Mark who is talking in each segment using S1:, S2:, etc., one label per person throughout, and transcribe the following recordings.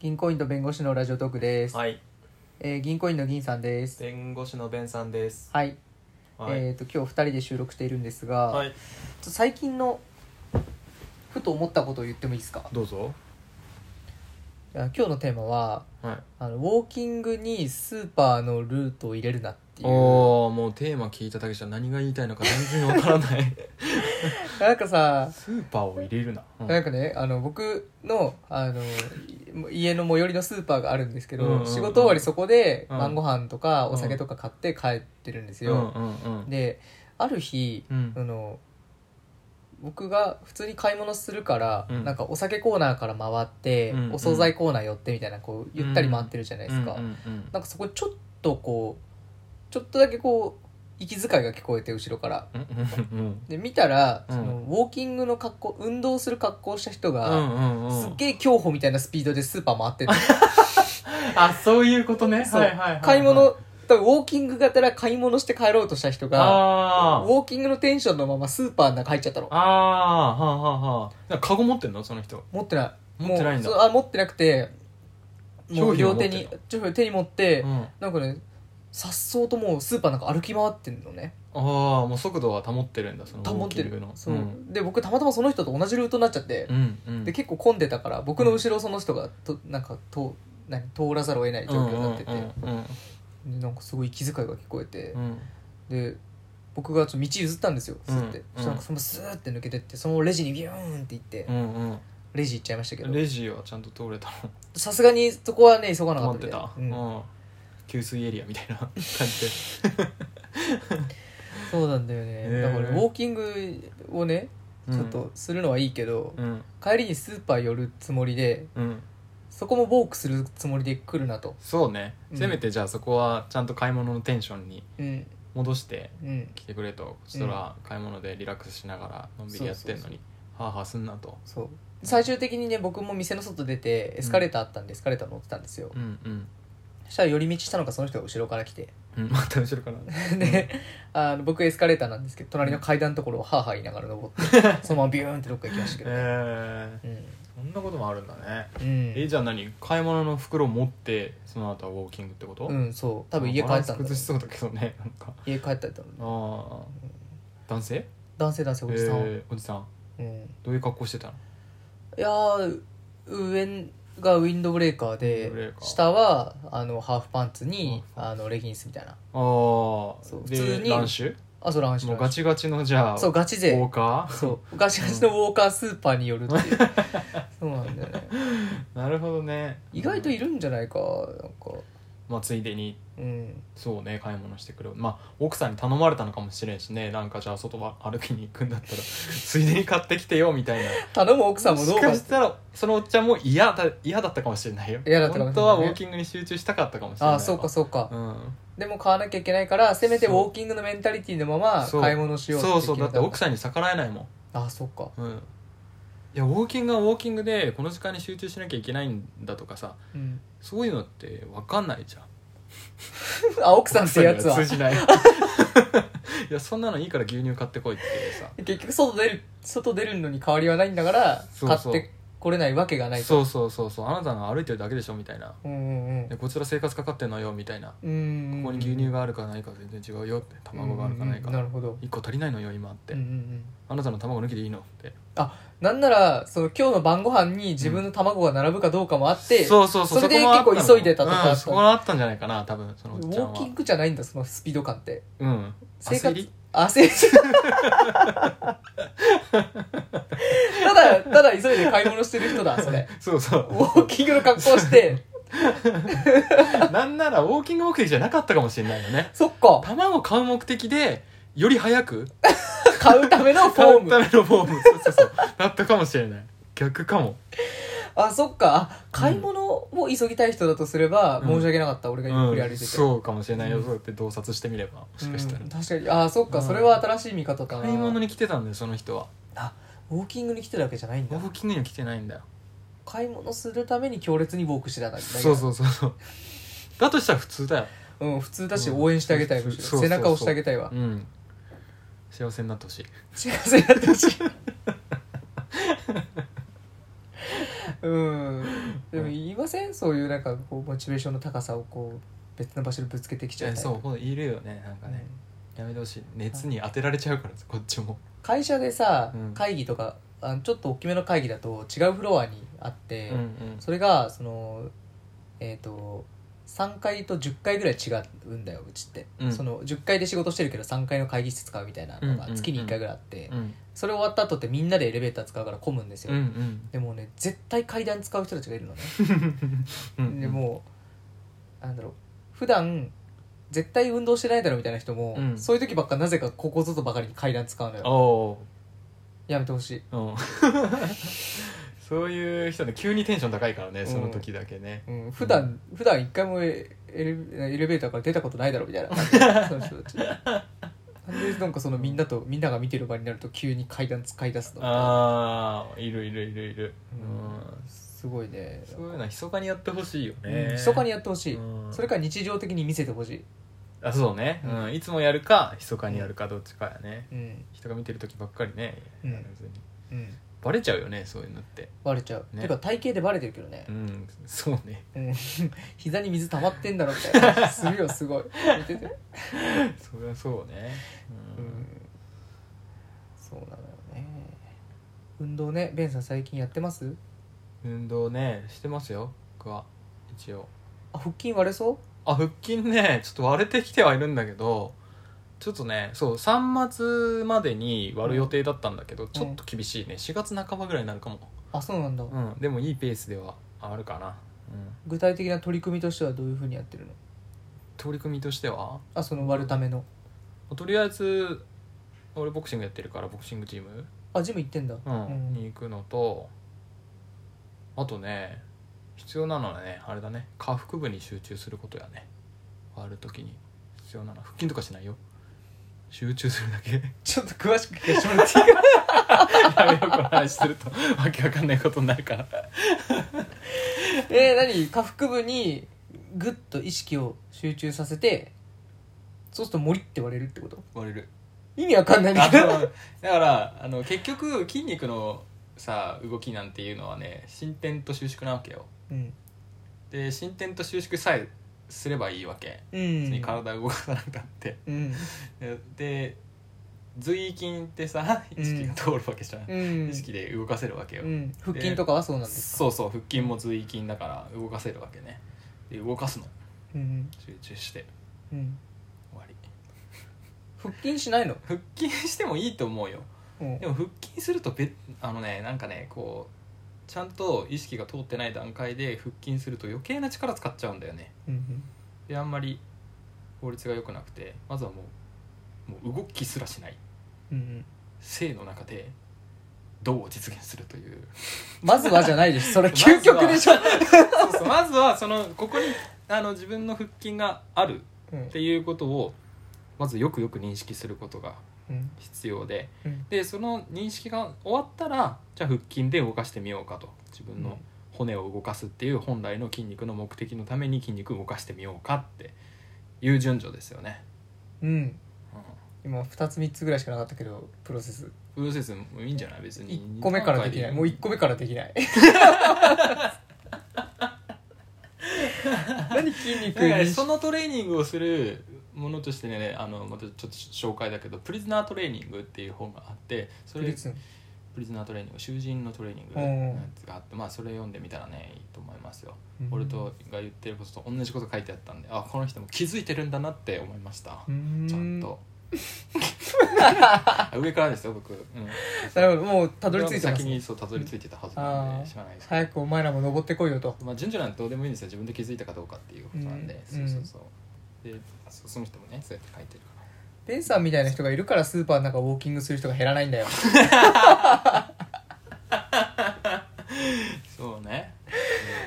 S1: 銀行員と弁護士のラジオトークです、
S2: はい、
S1: えー銀行員の銀さんです
S2: 弁護士の弁さんです。
S1: はい、
S2: はい、
S1: えー、と今日2人で収録しているんですが、
S2: はい、
S1: ちょっと最近のふと思ったことを言ってもいいですか
S2: どうぞ。
S1: いや今日のテーマは
S2: は
S1: あのウォーキングにスーパーのルートを入れるなってい
S2: い。
S1: う
S2: おお、もうテーマ聞いただけじゃ何が言いたいのか全然わからない。
S1: なんかさ
S2: スーパーを入れるな。うん
S1: なんかねあの僕のあのい家の最寄りのスーパーがあるんですけど、
S2: うんうんうん
S1: 仕事終わりそこで
S2: うん
S1: 晩ご飯とかお酒とか買って帰ってるんです
S2: うん
S1: よ、
S2: うんうん。
S1: である日
S2: うん
S1: あの僕が普通に買い物するから、
S2: うん
S1: なんかお酒コーナーから回って、
S2: うん
S1: お惣菜コーナー寄ってみたいなこうゆったり回ってるじゃないですか、
S2: うんうん
S1: なんかそこちょっとこうちょっとだけこう息遣いが聞こえて後ろから
S2: うんうんうん
S1: で見たら、
S2: うん
S1: そのウォーキングの格好運動する格好をした人
S2: う
S1: が、
S2: んうんうん
S1: すっげえ競歩みたいなスピードでスーパー回ってる
S2: あそういうことね
S1: そう
S2: はいはいはいはい
S1: 買い物多分ウォーキングがてら買い物して帰ろうとした人がウ
S2: あー
S1: ォーキングのテンションのままスーパーの中入っちゃったの
S2: あーはあはあはあカゴ持ってんのその人
S1: 持ってない
S2: 持ってないんだ
S1: もうそうあ持ってなくても
S2: 商
S1: う
S2: 品を
S1: 両
S2: 持っ
S1: 手
S2: てんの
S1: にちょ手に持って、
S2: うんあ
S1: なんかねさっそうともうスーパーなんか歩き回ってんのね
S2: あーもう速度は保ってるんだその
S1: 保って
S2: ウォーキング
S1: る
S2: の
S1: そう、
S2: ん
S1: で僕たまたまその人と同じルートになっちゃって、
S2: うんうん
S1: で結構混んでたから僕の後ろをその人がとなんかと何通らざるを得ない状況になってて、
S2: うんうん
S1: でなんかすごい息遣いが聞こえて
S2: う、んうん
S1: で僕がちょっと道譲ったんですよスッて、
S2: う
S1: そした
S2: ん
S1: らなんかそのスーって抜けてってそのままレジにビューンって行って、
S2: うんうん
S1: レジ行っちゃいましたけど
S2: レジはちゃんと通れたの
S1: さすがにそこはね急がな
S2: 止
S1: か
S2: ま
S1: っ
S2: ったて
S1: みい
S2: た、う
S1: うん
S2: ん給水エリアみたいな感 じで
S1: そうなんだよね、
S2: へ
S1: だ
S2: ー
S1: からウォーキングをね
S2: うん
S1: ちょっとするのはいいけど、
S2: うん
S1: 帰りにスーパー寄るつもりで
S2: うん
S1: そこもウォークするつもりで来るなと
S2: そうね、
S1: うん
S2: せめてじゃあそこはちゃんと買い物のテンションに
S1: うん
S2: 戻して
S1: うん
S2: 来てくれとそしたら買い物でリラックスしながらのんびりやってんのにはあはあすんなと
S1: そう最終的にね僕も店の外出てエスカレーターあったんでエスカレーター乗ってたんですよ、
S2: うんうん
S1: そしたら寄り道したのかその人が後ろから来 て
S2: うんまた後ろから
S1: であの僕エスカレーターなんですけど隣の階段のところをハーハー言いながら登 ってそのままビューンってどっか行きましたけど、ね
S2: え
S1: うん
S2: ー、そんなこともあるんだね
S1: うん
S2: えじゃあ何買い物の袋持ってその後はウォーキングってこと、
S1: うんそう多分家帰ったんだ
S2: バランス
S1: ろう
S2: 崩しそうだけどねなんか
S1: 家帰ったんだろうね
S2: ああ男性
S1: 男性男性おじさん、
S2: えーおじさん
S1: うん
S2: どういう格好してたの
S1: いやー上がウィンドブレーカー
S2: ウィン
S1: で
S2: ドブレーカー
S1: 下はあのハーフパンツに
S2: ハーフパ
S1: あのレギンスみたいな
S2: ああ
S1: そう
S2: で
S1: 普通に
S2: ランシュ
S1: あそうランシ
S2: も
S1: ュ
S2: うガチガチのじゃあ
S1: そうガチ
S2: ウォ
S1: 勢
S2: ーカ
S1: そうガチガチのウォーカースーパーによるっていう そうなんだよね
S2: ー なるほどね
S1: 意外といるんじゃないかなんか
S2: まあついでに
S1: うん
S2: そうね買い物してくるまあ奥さんに頼まれたのかもしれんしねなんかじゃあ外は歩きに行くんだったら ついでに買ってきてよみた いな
S1: 頼む奥さんも
S2: も
S1: どう
S2: し
S1: か
S2: かしたらそのおっちゃんも嫌だ嫌だったかもしれないよ
S1: 嫌だったかもしれないね
S2: 本当はウォーキングに集中したかったかもしれない
S1: ああそうかそうか、
S2: うん
S1: でも買わなきゃいけないからせめてウ
S2: そう
S1: ォーキングのメンタリティーのまま
S2: そう
S1: 買い物しよう
S2: そうそうだって奥
S1: ん
S2: さんに逆らえないもん
S1: ああそうか
S2: うんいやウォーキングはウォーキングでこの時間に集中しなきゃいけないんだとかさ
S1: うん
S2: そういうのって分かんないじゃん
S1: あ奥さんってやつは
S2: 通じない いやそんなのいいから牛乳買ってこいってさ
S1: 結局外出る外出るのに変わりはないんだから
S2: そうそう
S1: 買ってこれないわけがないと
S2: そうそうそうそうあなたが歩いてるだけでしょみたいな
S1: うんうん
S2: でこちら生活かかってんのよみたいな
S1: うんうんうん
S2: ここに牛乳があるかないか全然違うよって卵があるかない
S1: うんうんうんな
S2: か
S1: るほど
S2: 1個足りないのよ今って
S1: うんうんうん
S2: あなたの卵抜きでいいのって
S1: なんならその今日の晩ご飯に自分の卵が並ぶかどうかもあって、
S2: そうそうそう
S1: それで
S2: こもあったの
S1: 結構急いでたとかあった
S2: うんそこがあったんじゃないかな多分そのお
S1: ウ
S2: っ
S1: ォ
S2: ちゃん
S1: ー
S2: は
S1: キングじゃないんだそのスピード感って
S2: うん
S1: 生活
S2: 焦り
S1: 焦りただただ急いで買い物してる人だそ れ
S2: そうそ
S1: ウ
S2: う
S1: ォーキングの格好して
S2: なんならウォーキング目的じゃなかったかもしれないよね
S1: そっか
S2: 卵買う目的でより早く
S1: 買うためのフォーム
S2: 買うためのフォームそうそうそうだったかもしれない逆かも
S1: あそっかあ買い物を急ぎたい人だとすれば、
S2: うん
S1: 申し訳なかった俺がゆっくり歩いてて、
S2: うんそうかもしれないよ、
S1: うん
S2: そうやって洞察してみればもしかしたら、
S1: うん確かにあそっか、
S2: うん
S1: それは新しい見方だな
S2: 買い物に来てたんだよその人は
S1: ウォーキングに来てるわけじゃないん
S2: ウ
S1: だ
S2: ォーキングには来てないんだよ
S1: 買い物するために強烈にウォークしてたんだ
S2: そうそうそうそうだとしたら普通だよ
S1: うん、普通だし
S2: うん
S1: 応援してあげたい、むしろ
S2: そうそうそ
S1: 背
S2: う
S1: 中を押してあげたいわ
S2: うん幸せにな ってほしい
S1: 幸せになってほしいうんでも言いませんそういうなんかこうモチベーションの高さをこう別の場所でぶつけてきちゃう
S2: え
S1: タイプ
S2: そうほんといるよねなんかね、やめてほしい熱に当てられちゃうからこっちも
S1: 会社でさ、
S2: うん
S1: 会議とかあのちょっと大きめの会議だと違うフロアにあって、
S2: うんうん
S1: それがそのえっ、と3階と10階ぐらい違うんだようちって、
S2: うん
S1: その10階で仕事してるけど3階の会議室使うみたいなの
S2: う
S1: が
S2: んうんうん
S1: 月に1回ぐらいあって、
S2: うん
S1: それ終わった後ってみんなでエレベーター使うから混むんですよ、
S2: うんうん
S1: でもね絶対階段使う人たちがいるのね
S2: うん
S1: でもうなんだろう普段絶対運動してないだろみたいな人も、
S2: うん
S1: そういう時ばっかなぜかここぞとばかりに階段使うのよ
S2: おー
S1: やめてほしい
S2: うん そういう人ね急にテンション高いからねその時だけね、
S1: うん、普段、普段一回もエレエレベーターから出たことないだろみたいな感じ その人たちなんでなんかそのみんなとみんなが見てる場になると急に階段使い出すのみたいな
S2: ああいるいるいるいる、うん
S1: すごいね
S2: そういうのは密かにやってほしいよ
S1: うん
S2: ね
S1: 密かに
S2: や
S1: やってほしい、
S2: うん
S1: それから日常的に見せてほしい、
S2: あそうね、
S1: う
S2: うんんいつもやるか密かにやるかどっちかやね
S1: うん
S2: 人が見てる時ばっかりね、
S1: うん
S2: やらずに
S1: うん、
S2: バレちゃうよねそういうのって
S1: バレちゃう、
S2: ね
S1: てか体型でバレてるけどね
S2: う、んそうね
S1: うん、 膝に水溜まってんだろみたいな感じするよすごい見てて、
S2: そりゃそうね
S1: う
S2: うんん、
S1: そうなのよね運動ねベンさん最近やってます
S2: 運動ねしてますよ僕は一応
S1: あ腹筋割れそう
S2: あ腹筋ねちょっと割れてきてはいるんだけどちょっとねそう3末までに割る予定だったんだけど、ちょっと厳しいね4月半ばぐらいになるかも、
S1: あそうなんだ、
S2: うん、でもいいペースではあるかな、うん、
S1: 具体的な取り組みとしてはどういうふうにやってるの
S2: 取り組みとしては
S1: あその割るための
S2: とりあえず俺ボクシングやってるからボクシングチーム、
S1: あジム行ってんだ
S2: うん
S1: うん
S2: に行くのとあとね必要なのはねあれだね下腹部に集中することやね割る時に必要なのは腹筋とかしないよ集中するだけ
S1: ちょっと詳しく聞かせてもらっていいか
S2: やめようこの話するとわけわかんないことになるから
S1: えー、何下腹部にグッと意識を集中させてそうすると森って割れるってこと
S2: 割れる
S1: 意味わかんないんだ
S2: あ
S1: け
S2: の
S1: ど
S2: だからあの結局筋肉のさ動きなんていうのはね進展と収縮なわけよ
S1: うん
S2: で進展と収縮さえすればいいわけ
S1: う
S2: 別に
S1: ん
S2: 体動かさなくたって、
S1: うん
S2: でで髄筋ってさ意識が通るわけじゃん、
S1: うん
S2: 意識で動かせるわけよ、
S1: うん腹筋とかはそうなんです
S2: そうそう腹筋も髄筋だから動かせるわけねで動かすの
S1: うん
S2: 集中して
S1: うん
S2: 終わり
S1: 腹筋しないの
S2: 腹筋してもいいと思うよ
S1: うん
S2: でも腹筋するとべあのねなんかねこうちゃんと意識が通ってない段階で腹筋すると余計な力使っちゃうんだよね
S1: うん
S2: であんまり効率が良くなくてまずはもうもう動きすらしない
S1: うん
S2: 性の中でどう実現するという
S1: まずはじゃないですそれ究極でしょ、
S2: そうそうまずはそのここにあの自分の腹筋がある
S1: うん
S2: っていうことをまずよくよく認識することが
S1: うん
S2: 必要で
S1: うん
S2: でその認識が終わったらじゃあ腹筋で動かしてみようかと自分
S1: うん
S2: の骨を動かすっていう本来の筋肉の目的のために筋肉を動かしてみようかっていう順序ですよね。
S1: うん
S2: うん
S1: 今2つ3つぐらいしかなかったけどプロセス
S2: プロセスもいいんじゃない別に
S1: 1個目からできないもう1個目からでき ない何筋肉
S2: だから
S1: に
S2: そのトレーニングをするものとしてねあのまたちょっと紹介だけど「プリズナートレーニング」っていう本があってそ
S1: プ
S2: れ
S1: リズム
S2: プリズナートレーニング囚人のトレーニング
S1: うん
S2: のやつがあって、まあ、それ読んでみたらねいいと思いますよ、俺とが言ってることと同じこと書いてあったんであこの人も気づいてるんだなって思いました、
S1: うん
S2: ちゃんとあ 上からですよ僕、うん、
S1: なるほどもうたどり着いてます
S2: 先にそうたどり着いてたはずなん
S1: あー
S2: で知らないですけど
S1: 早くお前らも登ってこいよと
S2: まあ、順序なんてどうでもいいんですよ自分で気づいたかどうかっていうことなんで、
S1: うん
S2: そうそうそうでそその人もねそうやって書いてるか
S1: ベンさんみたいな人がいるからスーパーの中ウォーキングする人が減らないんだよ
S2: らそうね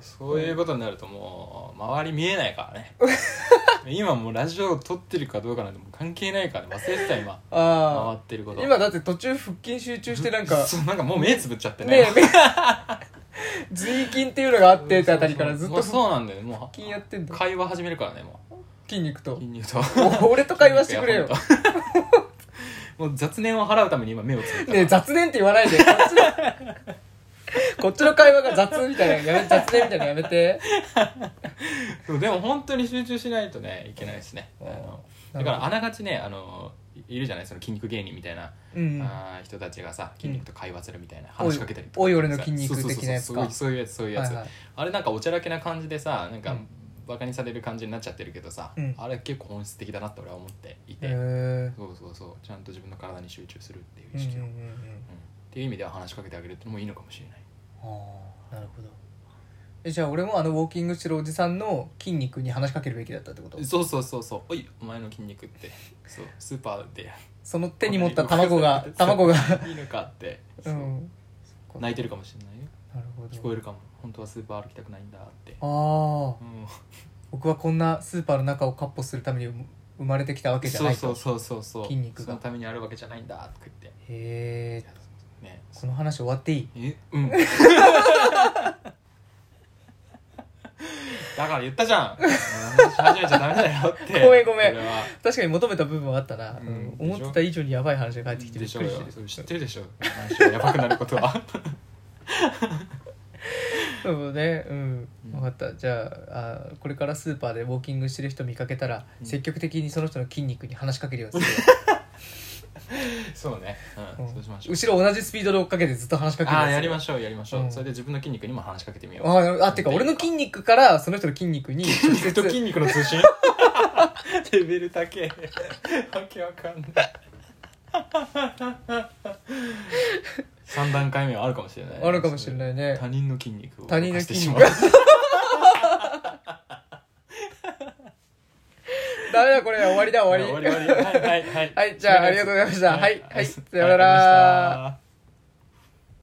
S2: そういうことになるともう周り見えないか らね今もうラジオ撮ってるかどうかなんてもう関係ないから、ね、忘れてた今回
S1: あ
S2: ってるこ
S1: あ
S2: と
S1: 今だって途中腹筋集中してなんか
S2: そうなんかもう目つぶっちゃってね
S1: ねえ 髄筋っていうのがあってってあたりからずっ
S2: もう
S1: と
S2: そうなんだよねもう
S1: 筋やってんだ
S2: 会話始めるからねも
S1: 筋肉
S2: う
S1: と
S2: 筋肉と
S1: お 俺と会話してく れよ
S2: もう雑念を払うために今目をつぶった
S1: ねえ雑念って言わないでこっちだこっちの会話が雑みたいなやめ雑念みたいなのやめて
S2: そうでも本当に集中しないとねいけないですねあ
S1: うん
S2: のだからあながちねあのいいるじゃないその筋肉芸人みたいな、
S1: うん
S2: あー人たちがさ筋肉と会話するみたいな、
S1: おい
S2: 話しかけたりとか
S1: おい俺の筋肉
S2: そうそうそう
S1: 的なやつか
S2: そうそういうやつそういうやつ、
S1: はいはい
S2: あれなんかおちゃらけな感じでさなんか、
S1: うん
S2: バカにされる感じになっちゃってるけどさ、
S1: うん
S2: あれ結構本質的だなって俺は思っていて、
S1: へ
S2: そうそうそうちゃんと自分の体に集中するっていう
S1: え
S2: 意識を、
S1: うんうん
S2: うん
S1: うんうん
S2: っていう意味では話しかけてあげるってのもいいのかもしれない
S1: ああなるほどえじゃあ俺もあのウォーキングしてるおじさんの筋肉に話しかけるべきだったってこと
S2: そうそうそうそうおいお前の筋肉ってそうスーパー で
S1: その手に持った卵 が卵が
S2: いいのかって、
S1: う
S2: そうん泣い
S1: て
S2: てるかもしれないよ
S1: なるほど
S2: 聞こえるかも本当はスーパー歩きたくないんだって
S1: ああ
S2: うん
S1: 僕はこんなスーパーの中をかっ歩するために生生まれてきたわけじゃ
S2: そ
S1: な
S2: う
S1: いと
S2: そうそうそうそう
S1: 筋肉が
S2: そのためにあるわけじゃないんだとか言って
S1: へえ
S2: ね
S1: この話終わっていい
S2: えうん だから言ったじゃん話し始めちゃダメだよって
S1: ごめんごめん
S2: これは
S1: 確かに求めた部分はあったな、
S2: うん
S1: うん
S2: でしょ
S1: 思ってた以上にやばい話が返ってきてび
S2: で
S1: っ
S2: し
S1: く
S2: ょう
S1: り
S2: よ
S1: して
S2: そ
S1: る
S2: れ知ってるでしょ毎週やばくなるこ とは
S1: そうねうん
S2: うん
S1: 分かったじゃああこれからスーパーでウォーキングしてる人見かけたら、
S2: うん
S1: 積極的にその人の筋肉に話しかけるよ うにする
S2: そうねう
S1: よ
S2: んそうしましょう
S1: 後ろ同じスピードで追っかけてずっと話しかける
S2: ああやりま
S1: し
S2: しょうやりましょう、
S1: うん
S2: それで自分の筋肉にも話しかけてみよう
S1: あーあてか俺の筋肉からその人の筋肉に直
S2: 筋肉と筋
S1: 接
S2: 肉の通信レベル高えわけわかんない3段階目はあるかもしれない
S1: あるかもしれないね
S2: 他人の筋肉を
S1: 他人の筋肉
S2: 動かしてし
S1: ダメだこれ終わりだ
S2: まう
S1: 終わり
S2: 終わり終わりはいはい
S1: はいじゃあありがとうございましたはいはいさよなら
S2: ありがとうございました